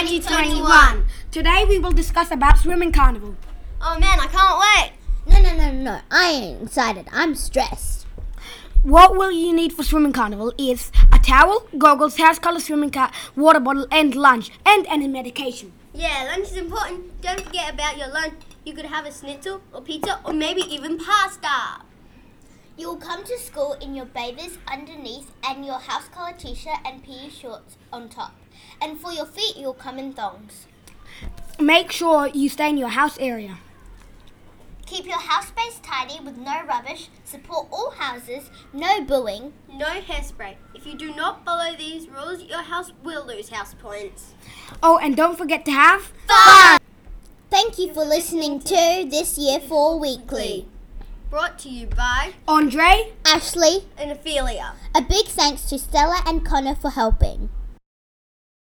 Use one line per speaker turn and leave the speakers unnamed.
2021. Today we will discuss about swimming carnival.
Oh man, I can't wait.
No, no, no, no, no. I ain't excited. I'm stressed.
What will you need for swimming carnival is a towel, goggles, house color swimming cap, water bottle, and lunch, and any medication.
Yeah, lunch is important. Don't forget about your lunch. You could have a schnitzel or pizza or maybe even pasta.
You'll come to school in your bathers underneath and your house color t-shirt and PE shorts on top. And for your feet, you'll come in thongs.
Make sure you stay in your house area.
Keep your house space tidy with no rubbish. Support all houses. No booing.
No hairspray. If you do not follow these rules, your house will lose house points.
Oh, and don't forget to have
Fun! Thank you for listening to This Year 4 Weekly.
Brought to you by
Andre,
Ashley,
Anophelia.
a big thanks to Stella and Connor for helping.